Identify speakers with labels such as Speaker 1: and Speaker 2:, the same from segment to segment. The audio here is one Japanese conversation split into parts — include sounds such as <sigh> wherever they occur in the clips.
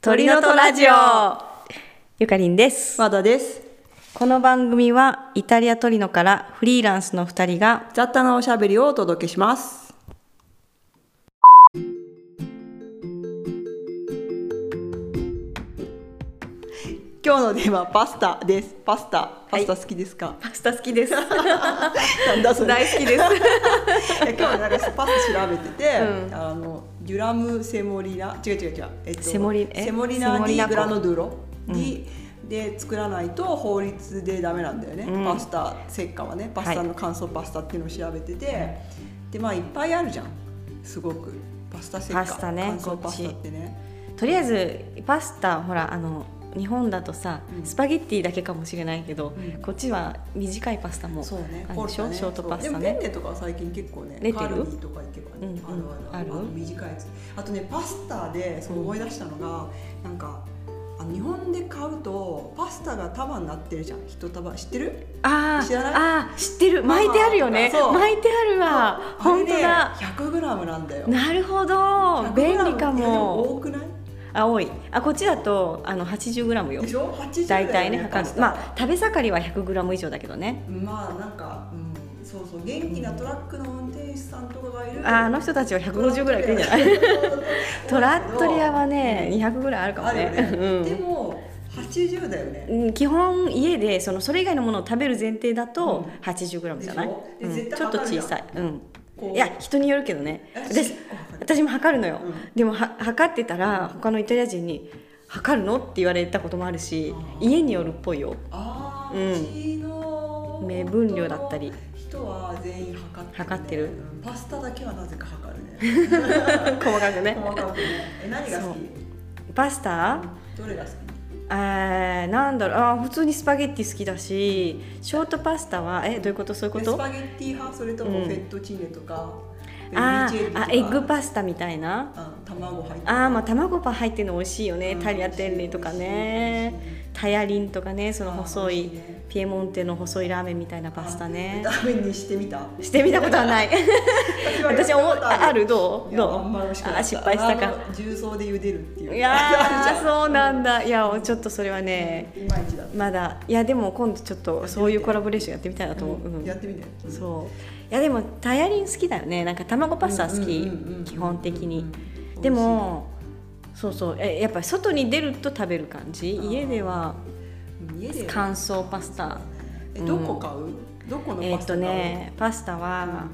Speaker 1: 鳥のとラジオゆかりんです
Speaker 2: まだです。
Speaker 1: この番組はイタリアトリノからフリーランスの2人が
Speaker 2: 雑多なおしゃべりをお届けします。今日のテーマパスタです。パスタ、パスタ好きですか？
Speaker 1: パスタ好き <laughs> です
Speaker 2: なんだそれ。い
Speaker 1: 大好きです
Speaker 2: や今日なんかパスタ調べてて、
Speaker 1: うん
Speaker 2: あのデュラムセモリナ、違う違う違う。えっと
Speaker 1: セモリえ
Speaker 2: セモリナ
Speaker 1: セモ
Speaker 2: デ
Speaker 1: リナ
Speaker 2: ィ
Speaker 1: 粉
Speaker 2: グラノドゥロに、で作らないと法律でダメなんだよね、
Speaker 1: うん
Speaker 2: パスタ石化はねパスタの乾燥パスタっていうのを調べてて、でまあいっぱいあるじゃんすごくパスタ石化
Speaker 1: パスタね
Speaker 2: 乾燥パスタってね
Speaker 1: <laughs> とりあえずパスタほらあの日本だとさ、
Speaker 2: うん
Speaker 1: スパゲッティだけかもしれないけど、
Speaker 2: うん
Speaker 1: こっちは短いパスタも
Speaker 2: そうね
Speaker 1: あ
Speaker 2: ポ
Speaker 1: の
Speaker 2: ル
Speaker 1: ショ
Speaker 2: タね
Speaker 1: ショートパス
Speaker 2: そ
Speaker 1: タ
Speaker 2: うでも
Speaker 1: ね
Speaker 2: ペンネとかは最近結構ね
Speaker 1: 出てる
Speaker 2: カルディとか行けばね、
Speaker 1: うんうん
Speaker 2: あるある
Speaker 1: ある
Speaker 2: あの短いやつあとねパスタでそう思い出したのが、なんかあの日本で買うとパスタが束になってるじゃん一束知ってる
Speaker 1: あー
Speaker 2: 知らない
Speaker 1: あー知ってる巻いてあるよね
Speaker 2: ママそう
Speaker 1: 巻いてあるわ本当だ
Speaker 2: 1 0 0ムなんだよ
Speaker 1: なるほど
Speaker 2: 100g
Speaker 1: 便利か
Speaker 2: いやでも
Speaker 1: も
Speaker 2: 多くない
Speaker 1: 青いあこっちだとあの 80g よ
Speaker 2: でしょ80だ
Speaker 1: 大
Speaker 2: よ
Speaker 1: 体ね
Speaker 2: パ
Speaker 1: 測
Speaker 2: ス
Speaker 1: る
Speaker 2: タ
Speaker 1: まあ食べ盛りは 100g 以上だけどね
Speaker 2: まあなんか、うん、そうそう元気なトラックの運転手さんとかがいる
Speaker 1: ああの人たちは150ぐらいいくんじゃない <laughs> トラットリアはね200ぐらいあるかも
Speaker 2: ある
Speaker 1: ね
Speaker 2: よね、
Speaker 1: うん
Speaker 2: でも80だよね
Speaker 1: うん基本家でそのそれ以外のものを食べる前提だと
Speaker 2: う
Speaker 1: 80g じゃない、
Speaker 2: でしょで
Speaker 1: うん
Speaker 2: 絶対
Speaker 1: ちょっと
Speaker 2: 測
Speaker 1: 小
Speaker 2: るじゃん
Speaker 1: さい、うん、
Speaker 2: こう
Speaker 1: いや人によるけどね
Speaker 2: え
Speaker 1: 私
Speaker 2: 結構測る
Speaker 1: 私も測るのよ、
Speaker 2: うん
Speaker 1: でもは測ってたら他のイタリア人に「測るの?」って言われたこともあるし
Speaker 2: あー
Speaker 1: 家によるっぽいよ <laughs>
Speaker 2: ああ、
Speaker 1: うん
Speaker 2: うちの
Speaker 1: 目分量だったり
Speaker 2: 人は全員測ってる、ね、
Speaker 1: 測ってる
Speaker 2: うんパスタだけはなぜか測
Speaker 1: <laughs>
Speaker 2: るね
Speaker 1: 細かくね
Speaker 2: 細かくねえ何が好き
Speaker 1: パスタ
Speaker 2: どれが好き
Speaker 1: えー、なんだろうあー普通にスパゲッティ好きだしショートパスタはえどういうことそういうこ
Speaker 2: でス
Speaker 1: と
Speaker 2: パゲッティ派それとも
Speaker 1: うん
Speaker 2: フェットチーネとか、ベ
Speaker 1: あ
Speaker 2: ニチェリ
Speaker 1: ー
Speaker 2: とか
Speaker 1: あエッグパスタみたいな
Speaker 2: あ卵入って
Speaker 1: あーまあ卵パン入ってるの美味しいよね
Speaker 2: うん
Speaker 1: タリアテンレとか
Speaker 2: 美味しい美味
Speaker 1: ね
Speaker 2: し
Speaker 1: タヤリンとかねその細
Speaker 2: あー美
Speaker 1: い
Speaker 2: 味しいね
Speaker 1: ピエモンテの細いラーメンみたいなパスタね
Speaker 2: ダメにしてみた
Speaker 1: してみたことは
Speaker 2: <laughs>
Speaker 1: ない私思ああるどう
Speaker 2: いやあ
Speaker 1: ど
Speaker 2: んま美味しく
Speaker 1: う
Speaker 2: なかった
Speaker 1: あ失敗したか
Speaker 2: あの重曹で茹でるっていう
Speaker 1: い
Speaker 2: い
Speaker 1: や
Speaker 2: <laughs>
Speaker 1: ーそうなんんだいやちょっとそれはね
Speaker 2: いまいちだった
Speaker 1: まだいやでも今度ちょっとそういうコラボレーションやってみたいなと思う、うん
Speaker 2: やってみて
Speaker 1: そういやでもタヤリン好きだよねなんか卵パスタ好き
Speaker 2: うんうんうんうん
Speaker 1: 基本的
Speaker 2: う
Speaker 1: に
Speaker 2: んうん
Speaker 1: でもそうそうえやっぱり外に出ると食べる感じ
Speaker 2: あー
Speaker 1: 家では
Speaker 2: 家で
Speaker 1: 乾燥パスタ
Speaker 2: えどこ買う、どこの
Speaker 1: え
Speaker 2: パ
Speaker 1: ーっ
Speaker 2: スタ
Speaker 1: と
Speaker 2: 買う、
Speaker 1: ねパスタは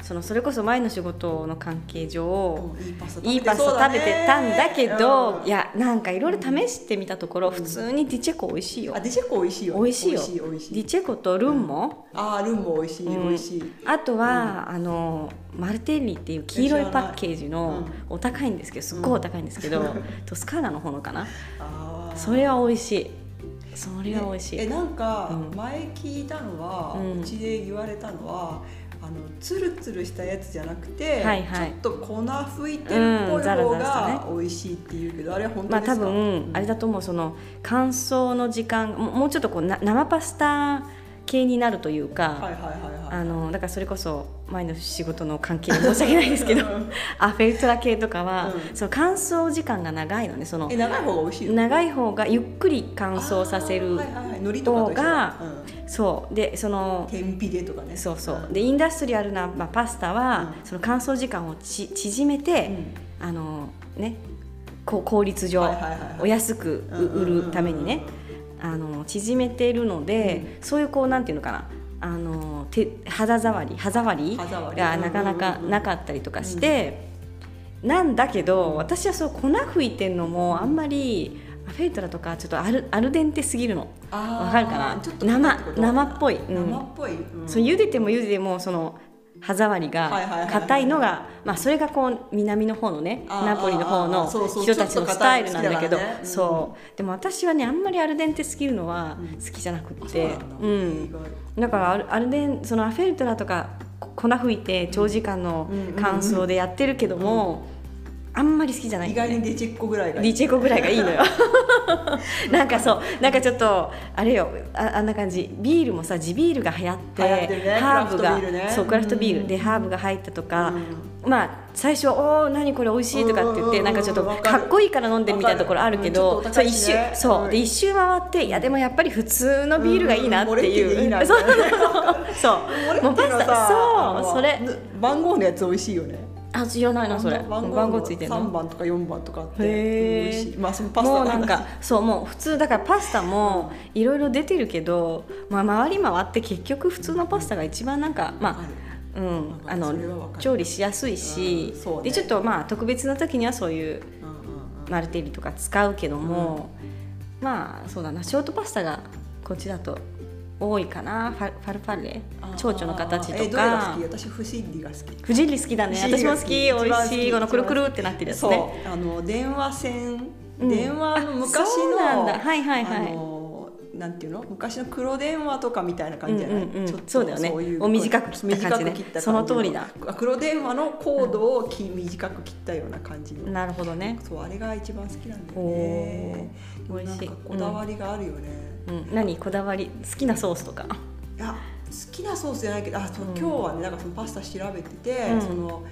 Speaker 1: そのそれこそ前の仕事の関係上
Speaker 2: うんいいパスタ
Speaker 1: いいパスタ食べてたんだけどい
Speaker 2: や
Speaker 1: やなんかいろいろ試してみたところ普通にディチェコ美味しいよ
Speaker 2: あディシェコ美味しいよね
Speaker 1: 美味しいよ
Speaker 2: 美味しい美味しい
Speaker 1: ディチェコとルンモ
Speaker 2: あールンも美味しい、
Speaker 1: うん
Speaker 2: 美味しい
Speaker 1: あとは、あのマルテッリっていう黄色いパッケージの
Speaker 2: 知らない
Speaker 1: お高いんですけどすっごいお高いんですけど、トスカーナの方のかな
Speaker 2: あー
Speaker 1: それは美味しいそれは美味しい、
Speaker 2: ねえなんか
Speaker 1: うん
Speaker 2: 前聞いたのは、
Speaker 1: う
Speaker 2: うんちで言われたのはあのツルツルしたやつじゃなくて、
Speaker 1: はいはい
Speaker 2: ちょっと粉吹いてるっぽ
Speaker 1: うん
Speaker 2: い
Speaker 1: ザラ
Speaker 2: 方
Speaker 1: ザラした
Speaker 2: が美味しいっていうけど、あれは本
Speaker 1: ま
Speaker 2: 当
Speaker 1: あ
Speaker 2: です
Speaker 1: 多
Speaker 2: か、
Speaker 1: 分あれだと思うその乾燥の時間ももうちょっとこうな生パスタ系になるというか、
Speaker 2: はいはいはいはい
Speaker 1: あのだからそれこそ前の仕事の関係で申し訳ないですけど <laughs> アフェルトラ系とかは、
Speaker 2: うん
Speaker 1: その乾燥時間が長いのねその
Speaker 2: え長い方が美味しいよ
Speaker 1: 長い方がゆっくり乾燥させる
Speaker 2: あーはいはいはい、海苔とかと一緒だうん
Speaker 1: そうでその
Speaker 2: 天日でとかね
Speaker 1: そうそう
Speaker 2: うん
Speaker 1: でインダストリアルな、まあ、パスタは、
Speaker 2: うん
Speaker 1: その乾燥時間をち縮めて、あのねこう効率
Speaker 2: うん
Speaker 1: 上、
Speaker 2: はいはいはいはい
Speaker 1: お安くう
Speaker 2: うんう
Speaker 1: 売
Speaker 2: んうんうん
Speaker 1: るためにねあの縮めているので、そういうこうなんていうのかなあの手肌触り歯触り
Speaker 2: 歯触り
Speaker 1: がなかなか
Speaker 2: うんうんうん
Speaker 1: なかったりとかして、なんだけど私はそう粉吹いてるのもあんまりアフェイトラとかちょっとアルアルデンテすぎるの。
Speaker 2: あー
Speaker 1: わかるかな
Speaker 2: ちょっと
Speaker 1: 生
Speaker 2: ってこと
Speaker 1: 生っぽいうん
Speaker 2: 生っぽい、うん
Speaker 1: そう茹でても茹でてもその歯触り
Speaker 2: はいはいはいは
Speaker 1: が
Speaker 2: い
Speaker 1: 硬いのがまあそれがこう南の方のね
Speaker 2: あー
Speaker 1: ナポリの方
Speaker 2: あー
Speaker 1: の
Speaker 2: そうそう
Speaker 1: 人たち
Speaker 2: ちょ
Speaker 1: の
Speaker 2: っと
Speaker 1: スタ
Speaker 2: 硬
Speaker 1: イ
Speaker 2: い
Speaker 1: ルな
Speaker 2: の
Speaker 1: ん
Speaker 2: 好きだ
Speaker 1: だけど
Speaker 2: からねうん
Speaker 1: そうでも私はねあんまりアルデンテすぎるのは好きじゃなく
Speaker 2: あ
Speaker 1: っ
Speaker 2: そう
Speaker 1: て
Speaker 2: なんだ
Speaker 1: うん
Speaker 2: 意外
Speaker 1: だからアルアルデンそのアフェルトラとかこ粉吹いて長時間の
Speaker 2: うんうん
Speaker 1: 乾燥でやってるけどもあんまり好きじゃない
Speaker 2: 意
Speaker 1: んだよ
Speaker 2: 外
Speaker 1: ね
Speaker 2: にデチェッコぐらいがい
Speaker 1: リ
Speaker 2: い
Speaker 1: チェコぐらいがいい
Speaker 2: <laughs>
Speaker 1: のよなんかそうなんかちょっとあれよああんな感じビールもさ地ビールが流行って
Speaker 2: 流行ってるね
Speaker 1: ハーブが
Speaker 2: クラフトビールね
Speaker 1: そうクラフトビール、
Speaker 2: うん
Speaker 1: でハーブが入ったとか、
Speaker 2: うん
Speaker 1: まあ最初「おお何これ美味しい」とかって言っ
Speaker 2: う
Speaker 1: て
Speaker 2: ん
Speaker 1: なんかちょっと
Speaker 2: わかる
Speaker 1: かっこいいから飲んでるみたいなところあるけど
Speaker 2: わかるうんちょっ
Speaker 1: そう
Speaker 2: とお高い
Speaker 1: 一
Speaker 2: し
Speaker 1: 周
Speaker 2: ね
Speaker 1: そう
Speaker 2: うん
Speaker 1: で一周回っていやでもやっぱり普通のビールがいいなってい
Speaker 2: うんうん
Speaker 1: う
Speaker 2: うん
Speaker 1: うんそうそうもうパスタそうそれ
Speaker 2: 番号のやつ美味しいよね
Speaker 1: あ知らないなそれ
Speaker 2: 番号
Speaker 1: 番号ついてる
Speaker 2: 3
Speaker 1: の
Speaker 2: 番とか4番とかあって
Speaker 1: へー
Speaker 2: 美味しいまあそのパスタ
Speaker 1: もう
Speaker 2: の
Speaker 1: なん
Speaker 2: 話
Speaker 1: かそうもう普通だからパスタもいろいろ出てるけど、まあ、回り回って結局普通のパスタが一番なんかまあうんあの
Speaker 2: それはわかる
Speaker 1: 調理しやすいし、
Speaker 2: うんそうね
Speaker 1: でちょっとまあ特別な時にはそういう
Speaker 2: うんうんうん
Speaker 1: マルテリとか使うけども、まあそうだなショートパスタがこっちだと多いかなファルファルファレ
Speaker 2: あー
Speaker 1: 蝶々の形
Speaker 2: え
Speaker 1: と
Speaker 2: どれが
Speaker 1: か
Speaker 2: 好き。私フシッリが好き
Speaker 1: フジリ好きだね
Speaker 2: フジリ
Speaker 1: 私も
Speaker 2: が
Speaker 1: 好き
Speaker 2: 好き
Speaker 1: 美
Speaker 2: 一番
Speaker 1: 味
Speaker 2: 好き
Speaker 1: しいこのくるくるってなってるやつね
Speaker 2: そうあの電話線、
Speaker 1: うん
Speaker 2: 電話の昔の
Speaker 1: あそうなんだはいはいはい
Speaker 2: あのなんていうの昔の黒電話とかみたいな感じじゃない、
Speaker 1: うんうんうん
Speaker 2: ちょっと
Speaker 1: そうだよね
Speaker 2: いう
Speaker 1: お短く切った感じね
Speaker 2: 短く切った感じの
Speaker 1: その通りだ
Speaker 2: あ黒電話のコードをき、短く切ったような感じの
Speaker 1: なるほどね、
Speaker 2: そうあれが一番好きなんだよ
Speaker 1: おー
Speaker 2: ねでもなん
Speaker 1: 美味しい
Speaker 2: かこだわりがあるよね、
Speaker 1: うん、何こだわり好きなソースとか
Speaker 2: いや好きなソースじゃないけどあそう
Speaker 1: うん
Speaker 2: 今日はねなんかそのパスタ調べてて、
Speaker 1: うん
Speaker 2: その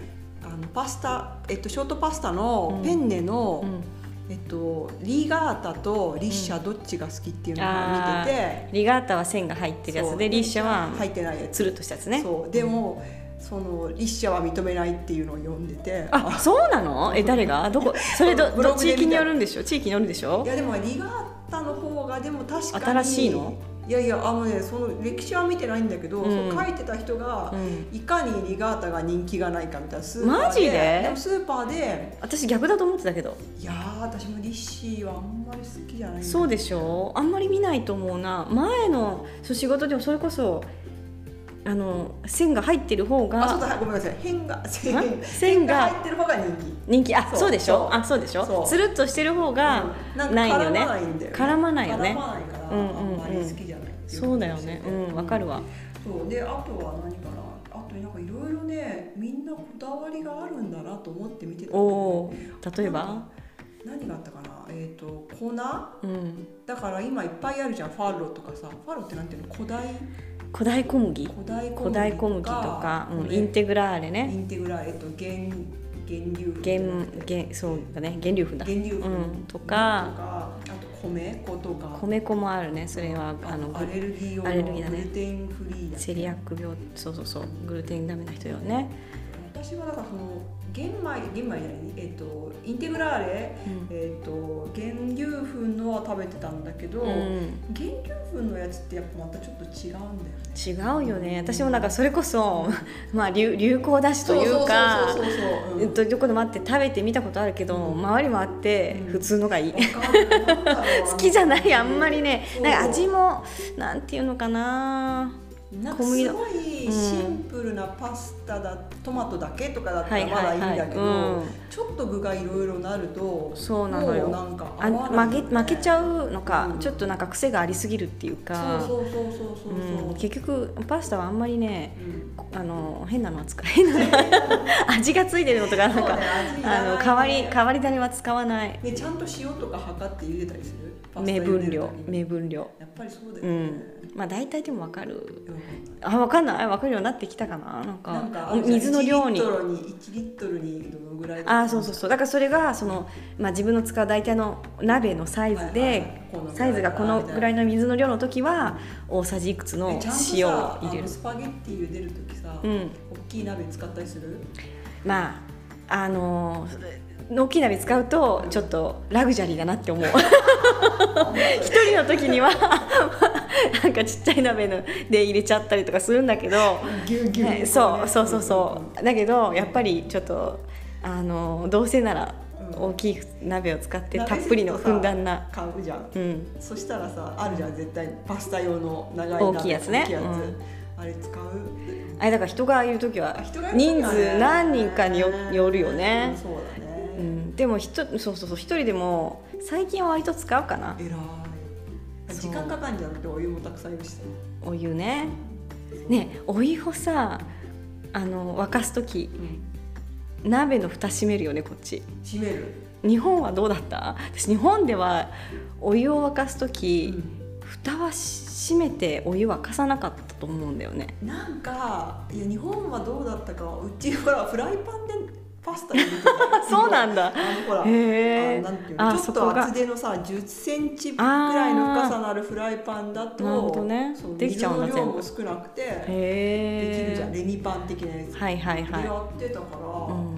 Speaker 2: あのパスタ、えっと、ショートパスタのペンネの、
Speaker 1: うん
Speaker 2: えっと、リガータとリッシャどっちが好きっていうのを見てて、
Speaker 1: リガータは線が入ってるや
Speaker 2: そ
Speaker 1: つ
Speaker 2: う
Speaker 1: でリッシャは
Speaker 2: 入ってないやつ
Speaker 1: つるっとしたやつね
Speaker 2: そうでもそのリッシャは認めないっていうのを読んでて
Speaker 1: あそうなのえ誰がどこそれど
Speaker 2: ブロ
Speaker 1: ど
Speaker 2: グ
Speaker 1: 地
Speaker 2: で見た
Speaker 1: 域によるんでしょ地域によるんでしょ
Speaker 2: いやでもリガータの方がでも確かに
Speaker 1: 新しいの
Speaker 2: いやいやあのねその歴史は見てないんだけど、
Speaker 1: うん
Speaker 2: その書いてた人が
Speaker 1: う、ん
Speaker 2: いかにリガータが人気がないかみたいなス
Speaker 1: マジで
Speaker 2: もスーパーで
Speaker 1: 私逆だと思ってたけど
Speaker 2: いやー私もリッシーはあんまり好きじゃない
Speaker 1: そう
Speaker 2: で
Speaker 1: でしょあんまり見ないと思うな前のそう仕事でもそれこそあの線が入ってる方
Speaker 2: あそう
Speaker 1: が
Speaker 2: だごめんなさい変が
Speaker 1: ん線
Speaker 2: 変が
Speaker 1: が
Speaker 2: 入ってる方が人気
Speaker 1: 人気あ
Speaker 2: そう
Speaker 1: そうでしょ
Speaker 2: そう
Speaker 1: あそうでし
Speaker 2: そ
Speaker 1: ょ
Speaker 2: う
Speaker 1: つるっとしてる方が
Speaker 2: うんなんか
Speaker 1: ないよね
Speaker 2: 絡まないんだよね
Speaker 1: 絡まないよね
Speaker 2: 絡まないからあ
Speaker 1: うんうんうん
Speaker 2: んまり好きじゃないってい
Speaker 1: そうだよねうんわかるわ
Speaker 2: そうであとは何かなあとなんかいろいろねみんなこだわりがあるんだなと思って見てたんだけど
Speaker 1: おおー例え
Speaker 2: なん
Speaker 1: ば
Speaker 2: か何があったかなえっ、と粉
Speaker 1: うん
Speaker 2: だから今いっぱいあるじゃんファロとかさファロってなんていうの古代
Speaker 1: 古代小麦
Speaker 2: 古代小
Speaker 1: 古代小麦とか、うん、インテグラーレ
Speaker 2: イ
Speaker 1: ね
Speaker 2: ンテグラえっと原源流
Speaker 1: 原原そうだね原粒粉だ
Speaker 2: 源流粉
Speaker 1: うんとか
Speaker 2: あと米粉とか
Speaker 1: 米粉もあるねそれはあ
Speaker 2: あ
Speaker 1: の
Speaker 2: の
Speaker 1: グ
Speaker 2: アレルギー用の
Speaker 1: アレルギーだね
Speaker 2: グルテンフリーだ
Speaker 1: セリアック病そうそうそうグルテンダメな人よね、
Speaker 2: 私はだからその玄米玄米じゃないえっとインテグラーレ
Speaker 1: うん
Speaker 2: えっと原流粉のは食べてたんだけど、
Speaker 1: うん
Speaker 2: 原流粉のやつってやっぱまたちょっと違うんだよね
Speaker 1: 違うよね私もなんかそれこそ、 <laughs> まあ、流流行だしというか
Speaker 2: そうそうそうそうそう、
Speaker 1: えっとどこでもあって食べてみたことあるけど、
Speaker 2: うん
Speaker 1: 周りもあって
Speaker 2: うん
Speaker 1: 普通のがいい、 <laughs> 好
Speaker 2: 好
Speaker 1: きじゃないあんまりね
Speaker 2: そう
Speaker 1: なんか味もなんていうのかな
Speaker 2: なん
Speaker 1: 小
Speaker 2: か
Speaker 1: 麦
Speaker 2: す
Speaker 1: の
Speaker 2: ごいシンプルなパスタだ、トマトだけとかだった
Speaker 1: はい
Speaker 2: らま
Speaker 1: は
Speaker 2: だ
Speaker 1: い
Speaker 2: いいん
Speaker 1: はい、
Speaker 2: だけど、
Speaker 1: うん、
Speaker 2: ちょっと具がいろいろなると
Speaker 1: そうなのよ
Speaker 2: もうなんか
Speaker 1: あ
Speaker 2: 合わない
Speaker 1: 負け負けちゃうのか、
Speaker 2: うん
Speaker 1: ちょっとなんか癖がありすぎるっていうか
Speaker 2: そうそうそうそうそうそう、
Speaker 1: うん結局パスタはあんまりね
Speaker 2: うん
Speaker 1: こあの変なのは使えない味がついてるの <laughs> とかなん
Speaker 2: そう
Speaker 1: か、
Speaker 2: ね味いら
Speaker 1: あ
Speaker 2: ない
Speaker 1: の
Speaker 2: ね
Speaker 1: 変わり変わり種は使わない
Speaker 2: ねちゃんと塩とか測って茹でたりするパスタ
Speaker 1: 目
Speaker 2: 茹
Speaker 1: 分
Speaker 2: でる
Speaker 1: 量
Speaker 2: 時に
Speaker 1: 目分量
Speaker 2: やっぱりそうだよ
Speaker 1: う
Speaker 2: ね、
Speaker 1: んまあ大体でもわかる
Speaker 2: うん
Speaker 1: あわかんないわかるようになってきたかななんか
Speaker 2: なんか
Speaker 1: お水の量に
Speaker 2: 1リットルに1リットルにどのぐらい
Speaker 1: あーそうそうそうだからそれがその、まあ、自分の使う大体の鍋のサイズで、
Speaker 2: はいはいこのぐらいだ
Speaker 1: サイズがこのぐらいの水の量の時は大さじいくつの
Speaker 2: えちゃんとさ
Speaker 1: 塩を入れ
Speaker 2: あの
Speaker 1: る
Speaker 2: スパゲッティ茹でる時さ、
Speaker 1: うん
Speaker 2: 大きい鍋使ったりする
Speaker 1: まああのー大きい鍋使うとちょっとラグジュアリーだなって思
Speaker 2: <laughs>
Speaker 1: う一人の時には <laughs> なんかちっちゃい鍋ので入れちゃったりとかするんだけど、
Speaker 2: ぎゅうぎ
Speaker 1: ねそうそうそうそうだけどやっぱりちょっとあのどうせなら
Speaker 2: うん
Speaker 1: 大きい鍋を使ってたっぷりのふんだんな、
Speaker 2: 買うじゃん
Speaker 1: うん、
Speaker 2: そしたらさあるじゃん絶対パスタ用の長い鍋
Speaker 1: 大きいやつね
Speaker 2: 大きいやつ
Speaker 1: うん
Speaker 2: あれ使う
Speaker 1: あれだから人がいる時は
Speaker 2: あ人がいる時はね
Speaker 1: 人数何人かによよるよね
Speaker 2: うん、そうだね、
Speaker 1: うん、でも人そうそうそう一人でも最近は割と使うかな
Speaker 2: 偉い
Speaker 1: そう
Speaker 2: 時間かかんじゃなくてお湯もたくさん用意して
Speaker 1: お湯ねねえお湯をさあの沸かす時鍋の蓋閉めるよねこっち
Speaker 2: 閉める、
Speaker 1: 日本はどうだった私日本ではお湯を沸かす時、蓋はし閉めてお湯沸かさなかったと思うんだよね
Speaker 2: なんかいや日本はどうだったかうちほらフライパンでパスタ入れて
Speaker 1: <laughs>
Speaker 2: た
Speaker 1: そうなんだ
Speaker 2: あのほら、
Speaker 1: へ
Speaker 2: あ
Speaker 1: ー
Speaker 2: なんていう
Speaker 1: あ
Speaker 2: のちょっ
Speaker 1: そことが
Speaker 2: 厚手のさ10センチぐらいの深さのあるフライパンだと
Speaker 1: なるほどね
Speaker 2: そう
Speaker 1: できちゃうんだ
Speaker 2: 水の量
Speaker 1: 全部
Speaker 2: も少なくてできるじゃん、
Speaker 1: へえ
Speaker 2: レミパン的なやつ、
Speaker 1: はいはいはい
Speaker 2: でやってたから、
Speaker 1: う
Speaker 2: うん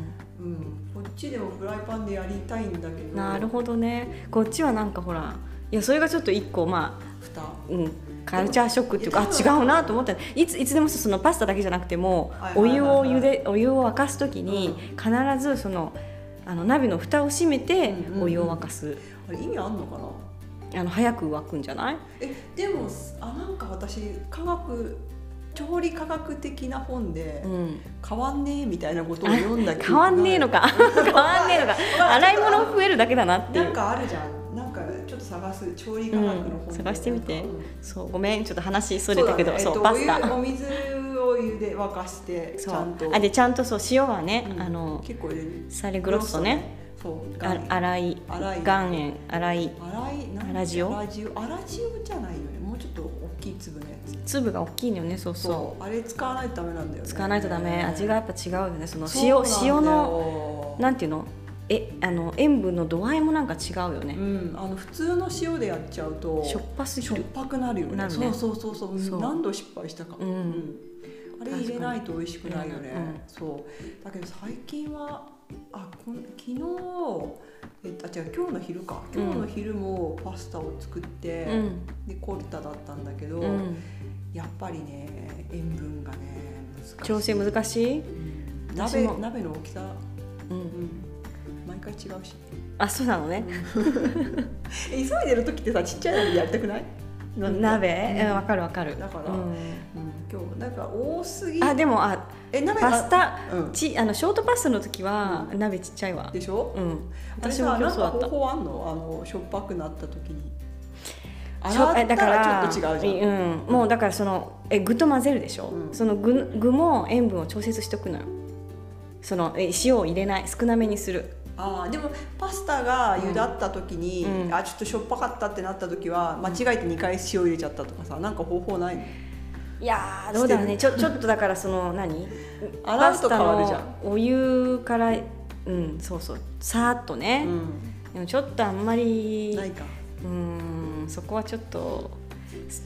Speaker 2: こっちでもフライパンでやりたいんだけど
Speaker 1: ん、なるほどねこっちはなんかほらいやそれがちょっと一個まあ、
Speaker 2: 蓋
Speaker 1: うん、カルチャーショックっていうかあ
Speaker 2: いや
Speaker 1: 違うなと思ったいついつでもそのパスタだけじゃなくても
Speaker 2: はい
Speaker 1: お
Speaker 2: はい
Speaker 1: 湯
Speaker 2: はいは
Speaker 1: を
Speaker 2: い
Speaker 1: ゆでお湯を沸かす時に必ずそのあの鍋の蓋を閉めて
Speaker 2: うんうんうん
Speaker 1: お湯を沸かす、
Speaker 2: あれ意味あんのかな
Speaker 1: あの早く沸くんじゃない
Speaker 2: えでもあなんか私科学調理科学的な本で、
Speaker 1: うん、
Speaker 2: 変わんねえみたいなことを読んだけ
Speaker 1: <laughs>
Speaker 2: ど
Speaker 1: 変わんねえの
Speaker 2: <laughs>
Speaker 1: か変わんねえのか洗い物増えるだけだなってい
Speaker 2: なん
Speaker 1: う
Speaker 2: かあるじゃんなんかちょっと探す調理科学の
Speaker 1: う
Speaker 2: 本、
Speaker 1: ん探してみて
Speaker 2: うん
Speaker 1: そうごめんちょっと話そ
Speaker 2: そう
Speaker 1: れたけど
Speaker 2: だね
Speaker 1: そう,、
Speaker 2: えっと
Speaker 1: パスタ
Speaker 2: お湯お水を湯で沸かしてち
Speaker 1: そ
Speaker 2: ゃん
Speaker 1: う
Speaker 2: と
Speaker 1: あでちゃんとそう塩はね、
Speaker 2: うん
Speaker 1: あの
Speaker 2: 結構入れる
Speaker 1: サレグロッソね
Speaker 2: そう
Speaker 1: あ
Speaker 2: 岩塩
Speaker 1: 洗い
Speaker 2: 洗い
Speaker 1: 岩塩洗い
Speaker 2: 粗いなん
Speaker 1: アラジオ
Speaker 2: アラジオアラジオじゃないよねもうちょっと大きい粒のやつ
Speaker 1: 粒が大きいのよねそうそう
Speaker 2: あれ使わないとダメなんだよね
Speaker 1: 使わないとダメ味がやっぱ違うよねその
Speaker 2: そう
Speaker 1: 塩
Speaker 2: なんだよ
Speaker 1: 塩のなんていうのえあの塩分の度合いもなんか違うよ
Speaker 2: う
Speaker 1: ね、
Speaker 2: んあの普通の塩でやっちゃうと
Speaker 1: しょっぱすぎ
Speaker 2: しょっ
Speaker 1: る
Speaker 2: ぱくなるよね
Speaker 1: なるね
Speaker 2: そうそうそうそう
Speaker 1: そう
Speaker 2: 何度失敗したか、
Speaker 1: うん
Speaker 2: あれ入れないと美味しくないよ
Speaker 1: 確か
Speaker 2: ね、
Speaker 1: にうん
Speaker 2: そうだけど最近はあこん昨日えっとあ違う今日の昼か
Speaker 1: うん
Speaker 2: 今日の昼もパスタを作って、
Speaker 1: うん
Speaker 2: でコルタだったんだけど、
Speaker 1: うん、
Speaker 2: やっぱりね塩分がね難しい
Speaker 1: 調整難しい、
Speaker 2: うん
Speaker 1: 私
Speaker 2: 鍋
Speaker 1: も
Speaker 2: 鍋の大きさ、
Speaker 1: う、
Speaker 2: うんん、毎回違うし
Speaker 1: あそうなのね
Speaker 2: <laughs> え急いでる時ってさちっちゃい鍋やりたくないなんか
Speaker 1: 鍋
Speaker 2: うん
Speaker 1: うんわかるわかる
Speaker 2: だから
Speaker 1: うん
Speaker 2: うん今日なんか多すぎ
Speaker 1: あでもあ
Speaker 2: え鍋
Speaker 1: パスタ
Speaker 2: あうん
Speaker 1: ちあのショートパスタの時は鍋ちっちゃいわ
Speaker 2: でしょ、
Speaker 1: うん私
Speaker 2: 私
Speaker 1: も
Speaker 2: は
Speaker 1: 今
Speaker 2: な
Speaker 1: 日そ
Speaker 2: ん
Speaker 1: うだ
Speaker 2: か
Speaker 1: っ
Speaker 2: 方
Speaker 1: た
Speaker 2: 法あんのあのしょっぱくなった時に
Speaker 1: しょ
Speaker 2: 洗
Speaker 1: え
Speaker 2: ったらちょっと違うじゃん、
Speaker 1: うん、もうだからそのえ具と混ぜるでしょ、
Speaker 2: うん
Speaker 1: その具具も塩分を調節しておくのよそのえ塩を入れない少なめにする
Speaker 2: あーでもパスタが茹だった時に、
Speaker 1: うん
Speaker 2: あちょっとしょっぱかったってなった時は間違えて2回塩入れちゃったとかさなんか方法ないの
Speaker 1: いやーどうだろうねちょちょっとだからその何
Speaker 2: 洗うと変わるじゃん
Speaker 1: パスタのお湯からうんそうそうさーっとね、
Speaker 2: うん
Speaker 1: でもちょっとあんまり
Speaker 2: ないか
Speaker 1: うーんそこはちょっと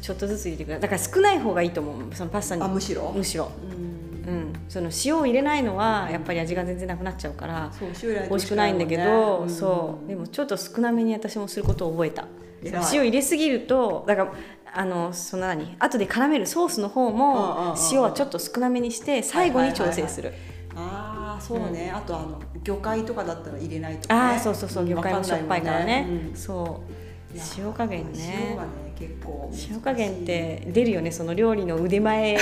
Speaker 1: ちょっとずつ入れてくださいだから少ない方がいいと思うそのパスタに
Speaker 2: あむしろ
Speaker 1: むしろ、
Speaker 2: うん
Speaker 1: うん、その塩を入れないのはやっぱり味が全然なくなっちゃうから
Speaker 2: そう塩入れないと
Speaker 1: 美味しくないんだけど、
Speaker 2: 美味しくないもんね
Speaker 1: そうでもちょっと少なめに私もすることを覚えた
Speaker 2: 偉い
Speaker 1: 塩入れすぎるとだからあのその何後で絡めるソースの方
Speaker 2: うんうんうんう
Speaker 1: も
Speaker 2: ん
Speaker 1: 塩はちょっと少なめにして最後に調整する、
Speaker 2: ああそうね、あとあの魚介とかだったら入れないとか、ね、
Speaker 1: ああーそうそうそう魚介もしょっぱいからねそう
Speaker 2: いや
Speaker 1: 塩加減
Speaker 2: 塩
Speaker 1: ね
Speaker 2: がね結構難しい
Speaker 1: 塩加減って出るよねその料理の腕
Speaker 2: <laughs>
Speaker 1: 前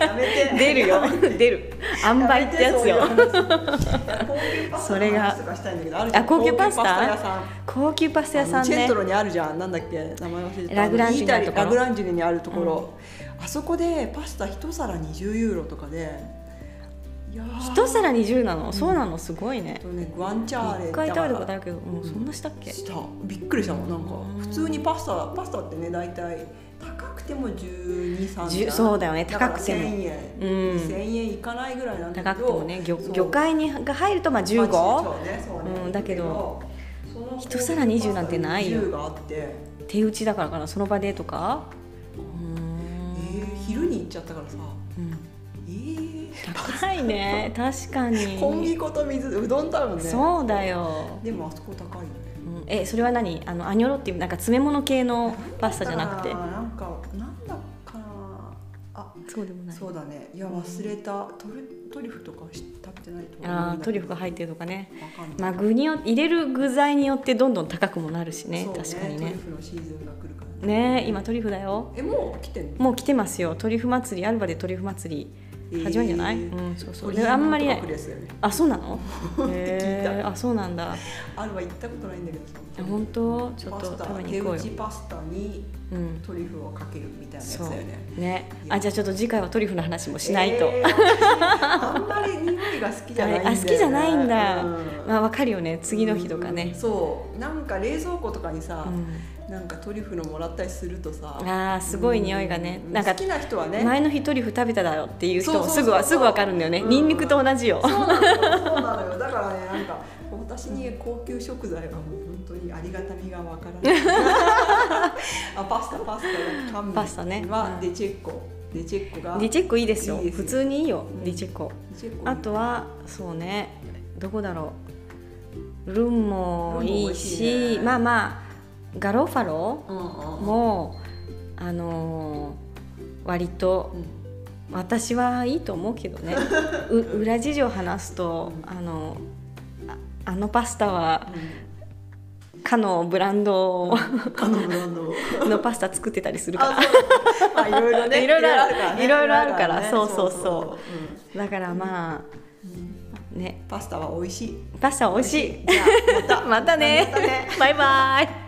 Speaker 2: やめて
Speaker 1: 出る
Speaker 2: <laughs>
Speaker 1: よ出る塩梅ってやつよ
Speaker 2: やめてそうい
Speaker 1: それ
Speaker 2: う話高級 <laughs> パスタ
Speaker 1: が
Speaker 2: の話とかしたいんだけどあるじゃん
Speaker 1: あ高級パスタ
Speaker 2: 高級屋さん
Speaker 1: 高級パスタ屋さ
Speaker 2: あの
Speaker 1: ん
Speaker 2: チェン
Speaker 1: ね
Speaker 2: トロにあるじゃんなんだっけ名前忘れてた
Speaker 1: ラグランジュニアの
Speaker 2: イ
Speaker 1: と
Speaker 2: タ
Speaker 1: ころ
Speaker 2: リラグランジュニアにあるところ、あそこでパスタ一皿20ユーロとかでいやー
Speaker 1: 一皿20なのそうなのすごいね
Speaker 2: えっとねグアンチャーレ
Speaker 1: 一回食べたことあ
Speaker 2: る
Speaker 1: るけどもうそんなしたっけ
Speaker 2: したびっくりしたもんなん
Speaker 1: うん
Speaker 2: か普通にパスタパスタってね大体高くても1 2三
Speaker 1: じゅそうだよね高くても
Speaker 2: 1000円、
Speaker 1: うん
Speaker 2: 1000円いかないぐらいなんだ
Speaker 1: 高
Speaker 2: けど
Speaker 1: くてもね魚
Speaker 2: そう
Speaker 1: 魚介にが入るとまあ15
Speaker 2: そうねそうね
Speaker 1: うんだけど
Speaker 2: その
Speaker 1: 一皿20なんてないよ
Speaker 2: 20があって、
Speaker 1: 手打ちだからかなその場でとかうー
Speaker 2: え
Speaker 1: ん
Speaker 2: ー昼に行っちゃったからさ
Speaker 1: うん
Speaker 2: えー
Speaker 1: <laughs> 高いね確かに
Speaker 2: 小麦粉と水うどんだもんね
Speaker 1: そうだよ、
Speaker 2: でもあそこ高いよね
Speaker 1: うんえそれは何あのアニョロっていうなんか詰め物系のパスタじゃなくて
Speaker 2: なんかなんだかなあ
Speaker 1: そうでもない
Speaker 2: そうだねいや忘れたトリトリュフとかし食べてないと思
Speaker 1: あートリュフが
Speaker 2: が
Speaker 1: 入ってるとかね
Speaker 2: わかんない、
Speaker 1: まあ具によ入れる具材によってどんどん高くもなるしね
Speaker 2: そう
Speaker 1: 確かに
Speaker 2: ト
Speaker 1: ね
Speaker 2: リュフのシーズンが来るからね
Speaker 1: ねえ今トリュフだよ
Speaker 2: えもう来てんの
Speaker 1: もう来てますよトリュフ祭りアルバでトリュフ祭り始まるんじゃない、
Speaker 2: えー
Speaker 1: うんそうそ
Speaker 2: オ
Speaker 1: う
Speaker 2: リジ
Speaker 1: で
Speaker 2: ナ
Speaker 1: あ
Speaker 2: ル
Speaker 1: んまり
Speaker 2: と
Speaker 1: な
Speaker 2: か来
Speaker 1: い
Speaker 2: るやつだよね
Speaker 1: あそうな
Speaker 2: <laughs>
Speaker 1: の
Speaker 2: 聞いた
Speaker 1: へえあそうなんだ
Speaker 2: あるは行ったことないんだけど
Speaker 1: あ本当ちょっ
Speaker 2: パ
Speaker 1: と
Speaker 2: スタ
Speaker 1: 食べに
Speaker 2: 手
Speaker 1: 行こう
Speaker 2: 打
Speaker 1: よ
Speaker 2: ちパスタに
Speaker 1: うん
Speaker 2: トリュフをかけるみたいなやつ
Speaker 1: そう
Speaker 2: だよね
Speaker 1: ね
Speaker 2: いや
Speaker 1: あじゃあちょっと次回はトリュフの話もしないと、
Speaker 2: えー私あんまり匂いが好きじゃないんだよ、
Speaker 1: あ
Speaker 2: ね、
Speaker 1: 好きじゃないんだ
Speaker 2: うん
Speaker 1: まあわかるよね次の日とか
Speaker 2: うん
Speaker 1: ね、
Speaker 2: そうなんか冷蔵庫とかに
Speaker 1: う
Speaker 2: さ、
Speaker 1: ん
Speaker 2: なんかトリュフのもらったりするとさ
Speaker 1: あーすごい匂いがね
Speaker 2: うん
Speaker 1: なんか
Speaker 2: 好きな人はね
Speaker 1: 前の日トリュフ食べただろっていう人そうすぐはすぐわかるんだよね、
Speaker 2: うん
Speaker 1: ニンニクと同じよ
Speaker 2: そうなのよそうなのよだからねなんか私に高級食材はもう本当にありがたみがわか
Speaker 1: <laughs>
Speaker 2: らないあパスタパスタ乾麺
Speaker 1: パスタね
Speaker 2: は
Speaker 1: うん
Speaker 2: デチェッコデチェッコが
Speaker 1: ディチェッコいいですよ
Speaker 2: いいですよ
Speaker 1: 普通にいいよ、
Speaker 2: うん
Speaker 1: ディチェッコ
Speaker 2: デチェッコ
Speaker 1: あとはそうねどこだろうルンもいいし
Speaker 2: ルンも美味しいね
Speaker 1: まあまあガロファロ
Speaker 2: うんうん
Speaker 1: もあのー割と
Speaker 2: うん
Speaker 1: 私はいいと思うけど
Speaker 2: <laughs>
Speaker 1: ねう裏事情話すとあのああのパスタはかのブランド
Speaker 2: うんあのブランドを
Speaker 1: のパスタ作ってたりするから
Speaker 2: あそう <laughs> まあいろいろね
Speaker 1: いろいろある
Speaker 2: からね
Speaker 1: いろいろあるから
Speaker 2: ね
Speaker 1: そうそうそう
Speaker 2: うん
Speaker 1: だからまあね
Speaker 2: パスタは美味しい。
Speaker 1: パスタ美味しい <laughs>
Speaker 2: じゃあま
Speaker 1: ま
Speaker 2: た
Speaker 1: たねバイバイ